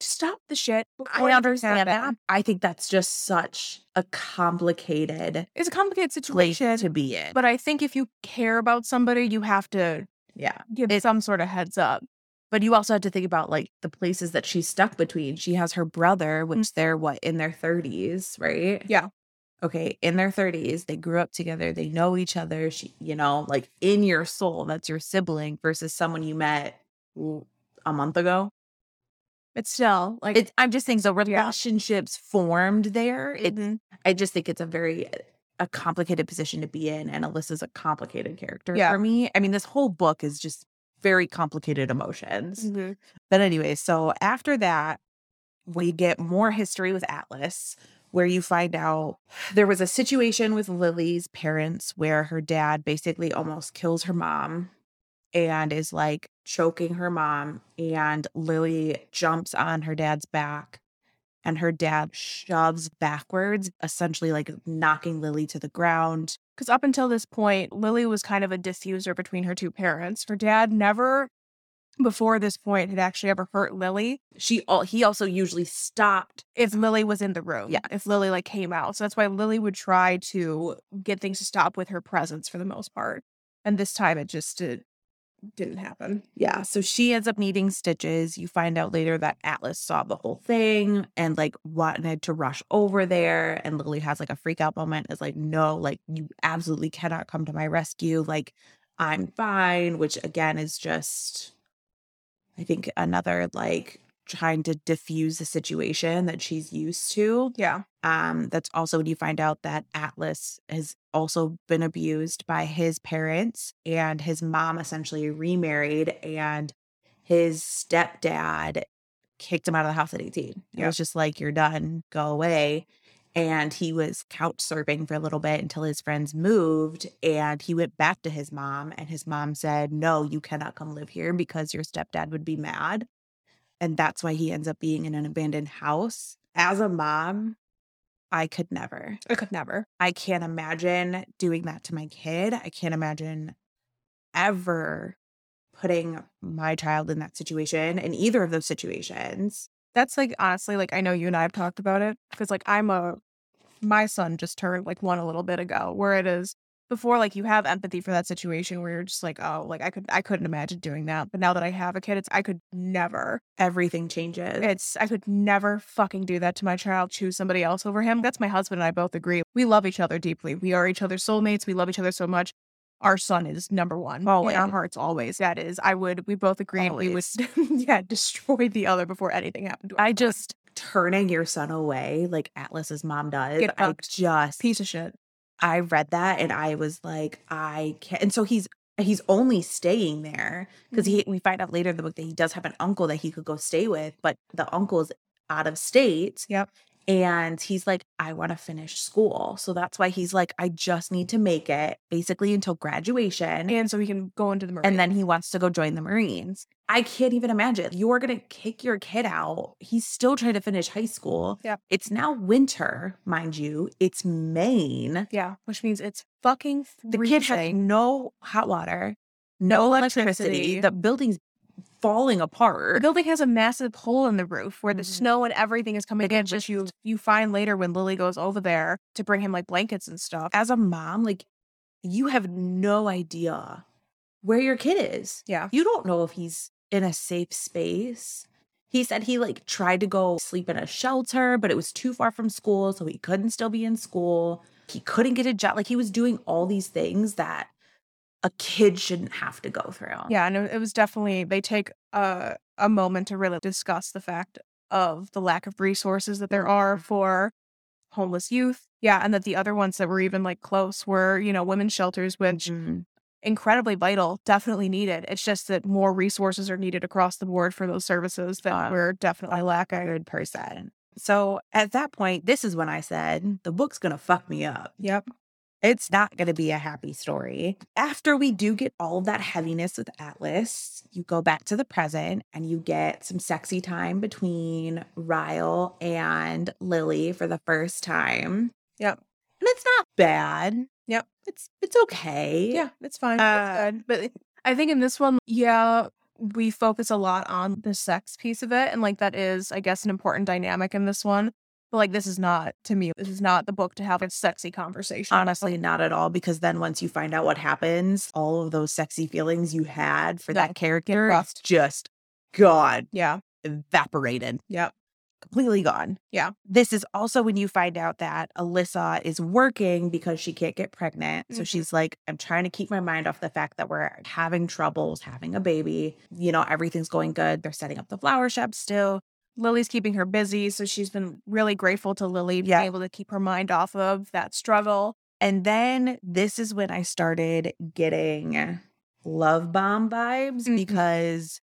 to stop the shit. before I it understand that. happened. I think that's just such a complicated It's a complicated place situation, to be in. but I think if you care about somebody, you have to yeah. give It- some sort of heads up. But you also have to think about like the places that she's stuck between. She has her brother, which they're what in their 30s, right? Yeah. Okay, in their 30s, they grew up together, they know each other. She, you know, like in your soul, that's your sibling versus someone you met w- a month ago. But still, like It's, I'm just saying, so Yeah. relationships formed there. It, mhm. Mm-hmm. I just think it's a very a complicated position to be in, and Alyssa's a complicated character Yeah. for me. I mean, this whole book is just very complicated emotions. Mhm. But anyway, so after that, we get more history with Atlas, where you find out there was a situation with Lily's parents where her dad basically almost kills her mom and is like choking her mom. And Lily jumps on her dad's back and her dad shoves backwards, essentially like knocking Lily to the ground. Because up until this point, Lily was kind of a diffuser between her two parents. Her dad never, before this point, had actually ever hurt Lily She all he also usually stopped if Lily was in the room. Yeah. If Lily like came out. So that's why Lily would try to get things to stop with her presence for the most part. And this time it just did, didn't happen. Yeah. So she ends up needing stitches. You find out later that Atlas saw the whole thing and like wanted to rush over there. And Lily has like a freak out moment is like, no, like you absolutely cannot come to my rescue. Like I'm fine, which again is just, I think, another like trying to diffuse the situation that she's used to. Yeah. Um, that's also when you find out that Atlas has also been abused by his parents, and his mom essentially remarried, and his stepdad kicked him out of the house at 18. It Yeah. was just like, you're done, go away. And he was couch surfing for a little bit until his friends moved, and he went back to his mom, and his mom said, No, you cannot come live here because your stepdad would be mad. And that's why he ends up being in an abandoned house. As a mom, I could never. I could never. I can't imagine doing that to my kid. I can't imagine ever putting my child in that situation in either of those situations. That's like, honestly, like I know you and I have talked about it because like I'm a, my son just turned like one a little bit ago where it is before like you have empathy for that situation where you're just like oh like i could i couldn't imagine doing that but now that i have a kid it's i could never Everything changes. It's I could never fucking do that to my child. Choose somebody else over him. That's my husband and I both agree. We love each other deeply. We are each other's soulmates. We love each other so much. Our son is number one in our Always. hearts. Always that is. I would. We both agree. We would. yeah, destroy the other before anything happened. To our I just turning your son away like Atlas's mom does. Get I fucked. just piece of shit. I read that and I was like, I can't. And so he's he's only staying there because Mm-hmm. he we find out later in the book that he does have an uncle that he could go stay with, but the uncle's out of state. Yep. And he's like, I want to finish school. So that's why he's like, I just need to make it basically until graduation. Mm-hmm. And so we can go into the Marines. And then he wants to go join the Marines. I can't even imagine. You're going to kick your kid out. He's still trying to finish high school. Yep. It's now winter, mind you. It's Maine. yeah, which means it's fucking The kid has freezing. no hot water, no electricity. electricity. The building's falling The apart. building has a massive hole in the roof where the Mhm. snow and everything is coming Again, in, which you you find later when Lily goes over there to bring him like blankets and stuff. As a mom, like you have no idea where your kid is. Yeah. You don't know if he's in a safe space. He said he like tried to go sleep in a shelter, but it was too far from school, so he couldn't still be in school. He couldn't get a job. Like he was doing all these things that a kid shouldn't have to go through. Yeah, and it it was definitely they take a a Mm-hmm. moment to really discuss the fact of the lack of resources that there are for homeless youth. Yeah. And that the other ones that were even like close were, you know, women's shelters, which Mhm. incredibly vital, definitely needed. It's just that more resources are needed across the board for those services that Uh, we're definitely lacking. good person. So at that point, this is when I said, the book's going to fuck me up. Yep. It's not going to be a happy story. After we do get all of that heaviness with Atlas, you go back to the present and you get some sexy time between Ryle and Lily for the first time. Yep. And it's not bad. Yep. It's it's okay. Yeah, it's fine. Uh, it's good. But I think in this one, yeah, we focus a lot on the sex piece of it. And like that is, I guess, an important dynamic in this one. But like this is not to me, this is not the book to have a sexy conversation. Honestly, not at all. Because then once you find out what happens, all of those sexy feelings you had for that That character it's roughed. just gone, yeah. evaporated, Yep. completely gone. Yeah. This is also when you find out that Alyssa is working because she can't get pregnant. So Mhm. she's like, I'm trying to keep my mind off the fact that we're having troubles having a baby. You know, everything's going good. They're setting up the flower shop still. Lily's keeping her busy. So she's been really grateful to Lily Yeah. being able to keep her mind off of that struggle. And then this is when I started getting love bomb vibes Mhm. because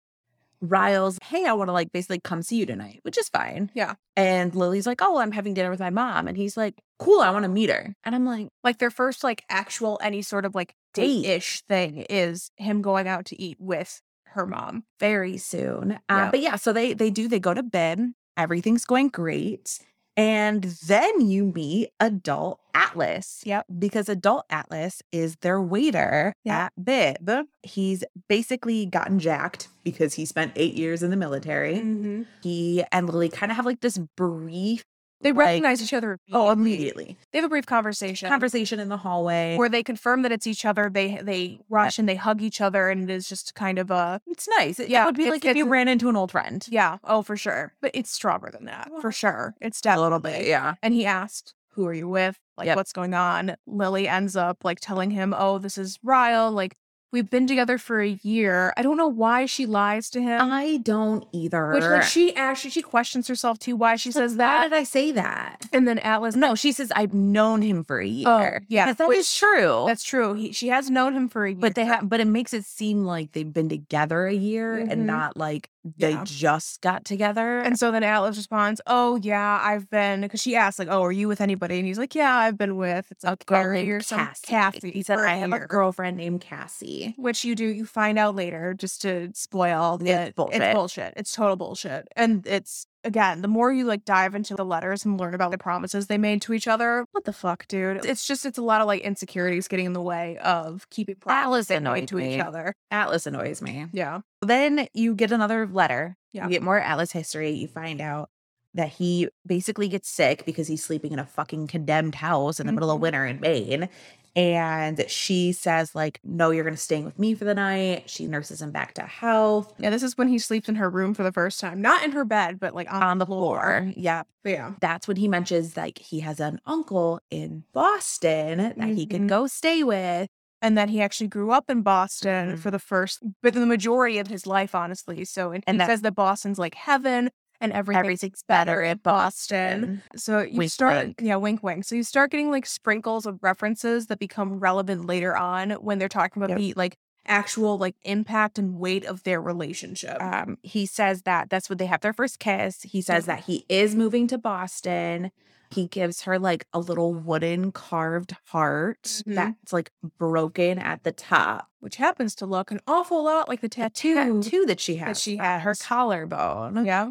Ryle's, hey, I want to like basically come see you tonight, which is fine. Yeah. And Lily's like, oh, I'm having dinner with my mom. And he's like, cool, I want to meet her. And I'm like, Like their first like actual any sort of like Date. date ish thing is him going out to eat with her mom. very soon. Uh, Yeah. But yeah, so they they do. They go to bed. Everything's going great, and then you meet adult Atlas. Yep. because adult Atlas is their waiter Yeah. at Bib. He's basically gotten jacked because he spent eight years in the military. Mm-hmm. He and Lily kind of have like this brief They Like- recognize each other. oh immediately they have a brief conversation conversation in the hallway. where they confirm that it's each other. They they rush and they hug each other, and it is just kind of a it's nice. It, yeah, Yeah, it would be it's- like if you it's- ran into an old friend. yeah, oh for sure. But it's stronger than that for sure. It's A definitely little bit, yeah. And he asked, "Who are you with? Like, Yep. what's going on?" Lily ends up like telling him, "Oh, this is Ryle. Like, we've been together for a year. I don't know why she lies to him." I don't either. which like she actually she questions herself too why she says Why that did I say that? and then atlas No, she says I've known him for a year. Oh, yeah, 'Cause that which- is true. that's true he, she has known him for a year but they have, but it makes it seem like they've been together a year Mhm. and not like they Yeah. just got together. And so then Atlas responds, "Oh yeah, I've been." Because she asks, like, "Oh, are you with anybody?" And he's like, "Yeah, I've been with." It's a like girl Gary or named some Cassie. Kathy. He said for I have a year." girlfriend named Cassie. Which you do, you find out later, just to spoil It's that bullshit. it's bullshit. It's total bullshit. And it's again, the more you like dive into the letters and learn about the promises they made to each other, what the fuck, dude? It's just it's a lot of like insecurities getting in the way of keeping promises Atlas they made annoyed to me. each other. Atlas annoys me. Yeah, Then you get another letter. Yeah. You get more Atlas history. You find out that he basically gets sick because he's sleeping in a fucking condemned house in the middle of Mhm. winter in Maine. And she says, like, no, you're gonna stay with me for the night. She nurses him back to health yeah. This is when he sleeps in her room for the first time, not in her bed, but like on, on the floor. Yeah. but yeah. That's when he mentions like he has an uncle in Boston that he could Mhm. go stay with. and that he actually grew up in Boston Mhm. for the first, but the majority of his life, honestly. So, and, And he that- says that Boston's like heaven and everything. Everything's better in Boston. Boston. So you Wink, start, wink. yeah, wink, wink. So you start getting like sprinkles of references that become relevant later on when they're talking about Yep. the like actual like impact and weight of their relationship. um, he says that that's when they have their first kiss. He says that Mm-hmm. he is moving to Boston. He gives her like a little wooden carved heart Mhm. that's like broken at the top. which happens to look an awful lot like the tattoo. Tattoo that she has. that she at her has. collarbone. Yeah.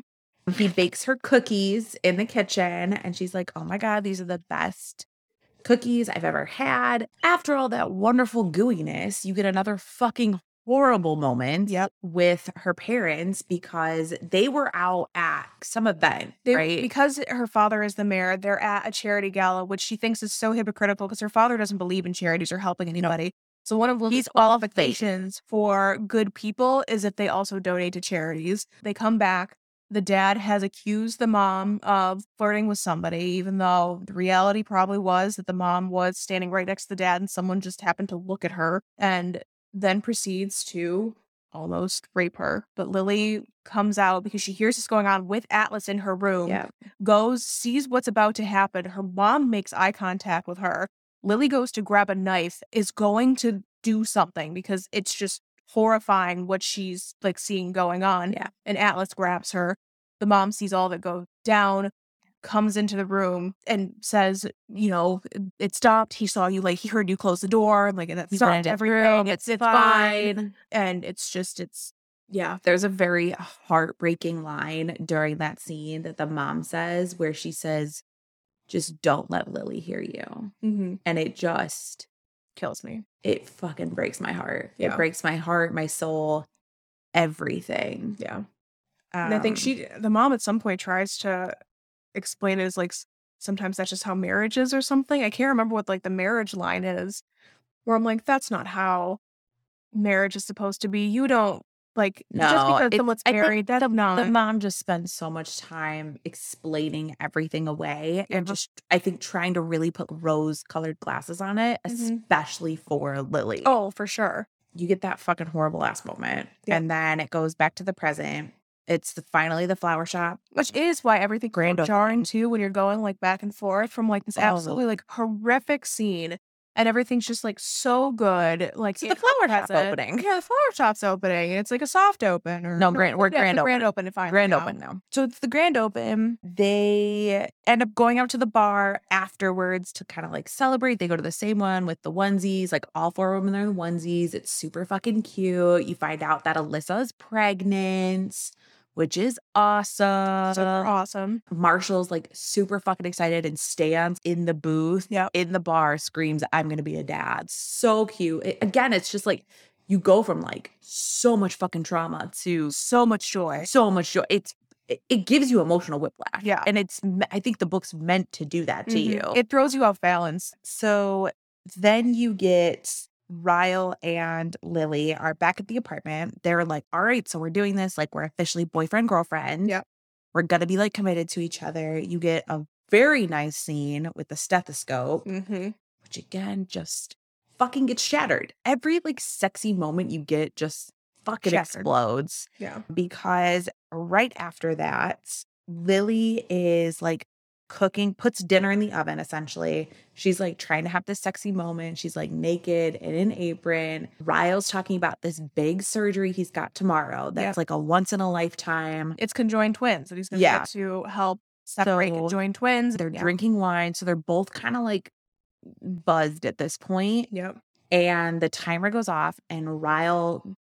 He bakes her cookies in the kitchen, and she's like, "Oh my god, these are the best." Cookies I've ever had. After all that wonderful gooiness, you get another fucking horrible moment Yep. with her parents because they were out at some event, They, right? Because her father is the mayor, they're at a charity gala, which she thinks is so hypocritical because her father doesn't believe in charities or helping anybody. So one of He's Lily's all fake. qualifications for good people is if they also donate to charities. They come back. The dad has accused the mom of flirting with somebody, even though the reality probably was that the mom was standing right next to the dad and someone just happened to look at her and then proceeds to almost rape her. But Lily comes out because she hears what's going on with Atlas in her room, Yeah. goes, sees what's about to happen. Her mom makes eye contact with her. Lily goes to grab a knife, is going to do something because it's just horrifying what she's like seeing going on. Yeah. And Atlas grabs her. The mom sees all that go down, comes into the room and says, you know, it stopped. He saw you, like he heard you close the door, like and that He's stopped running it everything. It's it's fine. Fine. And it's just it's Yeah. There's a very heartbreaking line during that scene that the mom says where she says, just don't let Lily hear you. And it just mm-hmm, kills me. it fucking breaks my heart. Yeah. It breaks my heart, my soul, everything. Yeah. And I think Um, she the mom at some point tries to explain it as like s- sometimes that's just how marriage is or something. I can't remember what like the marriage line is where I'm like, that's not how marriage is supposed to be. You don't like just No, because it's- someone's I think married, that's not the mom just spends so much time explaining everything away Yeah. and just I think trying to really put rose colored glasses on it, Mhm. especially for Lily. Oh, for sure. you get that fucking horrible ass moment. Yeah. And then it goes back to the present. It's the, finally the flower shop. Which is why everything's so Grand jarring too when you're going like back and forth from like this Oh. absolutely like horrific scene and everything's just like so good. Like So you the flower know, has shop it. opening. Yeah, the flower shop's opening. It's like a soft open or No, grand, we're Yeah, grand, it's the open. grand open. Finally Grand now. open now. So it's the grand open. They end up going out to the bar afterwards to kind of like celebrate. They go to the same one with the onesies, like all four women are in onesies. It's super fucking cute. You find out that Alyssa is pregnant, which is awesome. Super awesome. Marshall's like super fucking excited and stands in the booth, Yep. in the bar, screams, I'm gonna be a dad. So cute. It- again, it's just like you go from like so much fucking trauma to So much joy. so much joy. It's it, it gives you emotional whiplash. Yeah. And it's me- I think the book's meant to do that to Mhm. you. It throws you off balance. Mm-hmm. so then you get Ryle and Lily are back at the apartment. They're like, all right, so we're doing this. Like we're officially boyfriend, girlfriend. Yep. We're gonna be like committed to each other. You get a very nice scene with the stethoscope Mm-hmm. which again just fucking gets shattered. Every like sexy moment you get just fucking Shattered. explodes. Yeah. Because right after that, Lily is like cooking, puts dinner in the oven essentially. She's like trying to have this sexy moment. She's like naked in an apron. Ryle's talking about this big surgery he's got tomorrow that's Yeah. like a once in a lifetime. It's conjoined twins, and he's going Yeah. yeah. to help separate So conjoined twins. They're Yeah. drinking wine. So they're both kind of like buzzed at this point. Yep. and the timer goes off and Ryle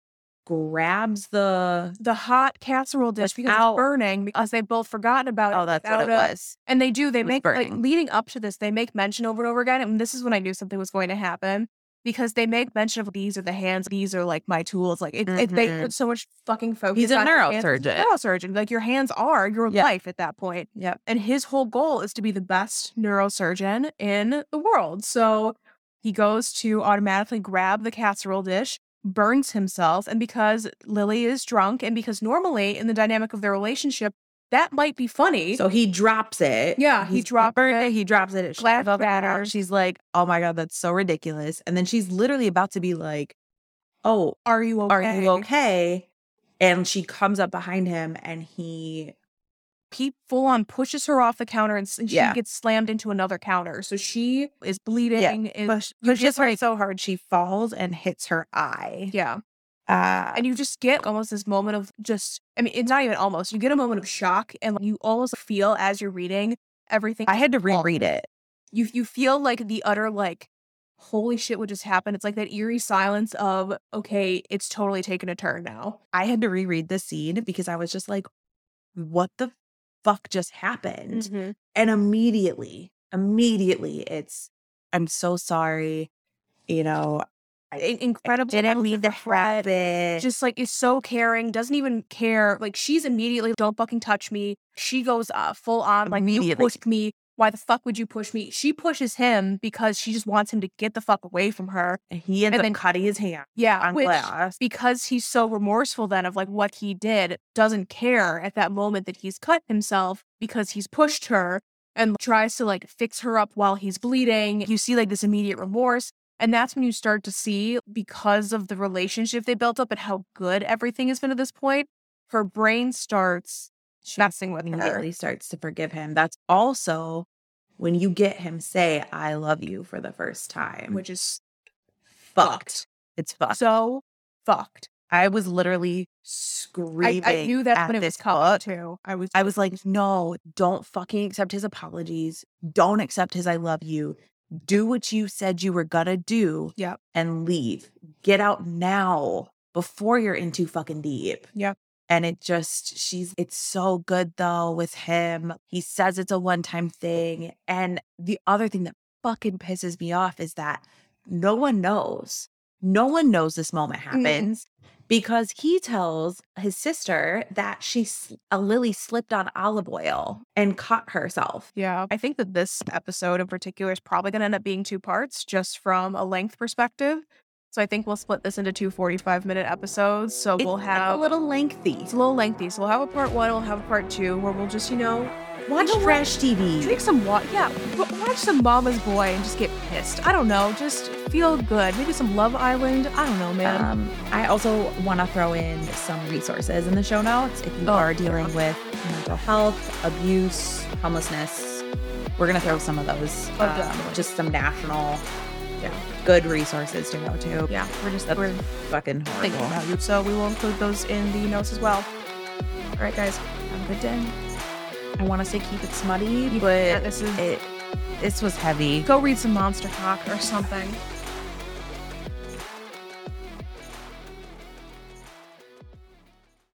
grabs the The hot casserole dish because Without- it's burning because they've both forgotten about it. oh that's what it without a- was And they do. They It was make like burning. leading up to this, they make mention over and over again. And this is when I knew something was going to happen because they make mention of these are the hands, these are like my tools. Like it, it they Mhm. put so much fucking focus. he's a on your hands. neurosurgeon neurosurgeon. Like your hands are your Yep. life at that point. Yep. And his whole goal is to be the best neurosurgeon in the world. So he goes to automatically grab the casserole dish, burns himself, and because Lily is drunk, and because normally in the dynamic of their relationship, that might be funny. so he drops it Yeah, he He's dropped burning it he drops it at Glass Cheryl Bennett. shatters. she's like oh my god that's so ridiculous and then she's literally about to be like oh are you okay? are you okay and she comes up behind him and he Pete full on pushes her off the counter and, s- and she Yeah. gets slammed into another counter. So she is bleeding. Is, push, you pushes just, her like- so hard she falls and hits her eye yeah. uh, And you just get almost this moment of just, I mean, it's not even almost, you get a moment of shock and like, you almost feel as you're reading everything. i had to reread it you, you feel like the utter, like, holy shit, what just happened? It's like that eerie silence of, okay, it's totally taken a turn now. I had to reread the scene because I was just like, what the fuck just happened? Mm-hmm. And immediately, immediately, it's, I'm so sorry. You know, In- incredible. rabbit. Just just like is so caring, doesn't even care. Like she's immediately, don't fucking touch me. She goes uh, full on, like you Immediately. pushed me. Why the fuck would you push me? She pushes him because she just wants him to get the fuck away from her. and he ends and up then- cutting his hand Yeah, on which glass. because he's so remorseful then of like what he did, doesn't care at that moment that he's cut himself because he's pushed her and tries to like fix her up while he's bleeding. You see like this immediate remorse. And that's when you start to see, because of the relationship they built up and how good everything has been to this point, her brain starts She messing with her. immediately starts to forgive him. That's also when you get him say I love you for the first time. which is fucked. It's fucked. so fucked. I was literally I, screaming. I knew that's at when it this was coming book. too. I was I was like, no, don't fucking accept his apologies. Don't accept his I love you. Do what you said you were gonna do Yep. and leave. Get out now before you're in too fucking deep. Yep. And it just, she's, it's so good though with him. He says it's a one time thing. And the other thing that fucking pisses me off is that no one knows. No one knows this moment Mm-hmm. happens because he tells his sister that she s- a lily slipped on olive oil and caught herself. Yeah. I think that this episode in particular is probably going to end up being two parts just from a length perspective. So I think we'll split this into two 45 minute episodes. So It's we'll a have little lengthy. it's a little lengthy. So we'll have a part one, we'll have a part two where we'll just, you know, Watch You know what? trash TV. drink some water. Yeah. w- Watch some Mama's Boy and just get pissed. I don't know. Just feel good. Maybe some Love Island. I don't know, man. Um, I also want to throw in some resources in the show notes if you Oh, are dealing with mental health, abuse, homelessness. We're gonna throw some of those, um, Oh, definitely. just some national, Yeah. good resources to go to. yeah. We're just, That's we're fucking horrible. thinking about you. So we will include those in the notes as well. All right, guys. Have a good day. I want to say keep it smutty, Yeah, but this is it this was heavy. go read some Monster Talk or something.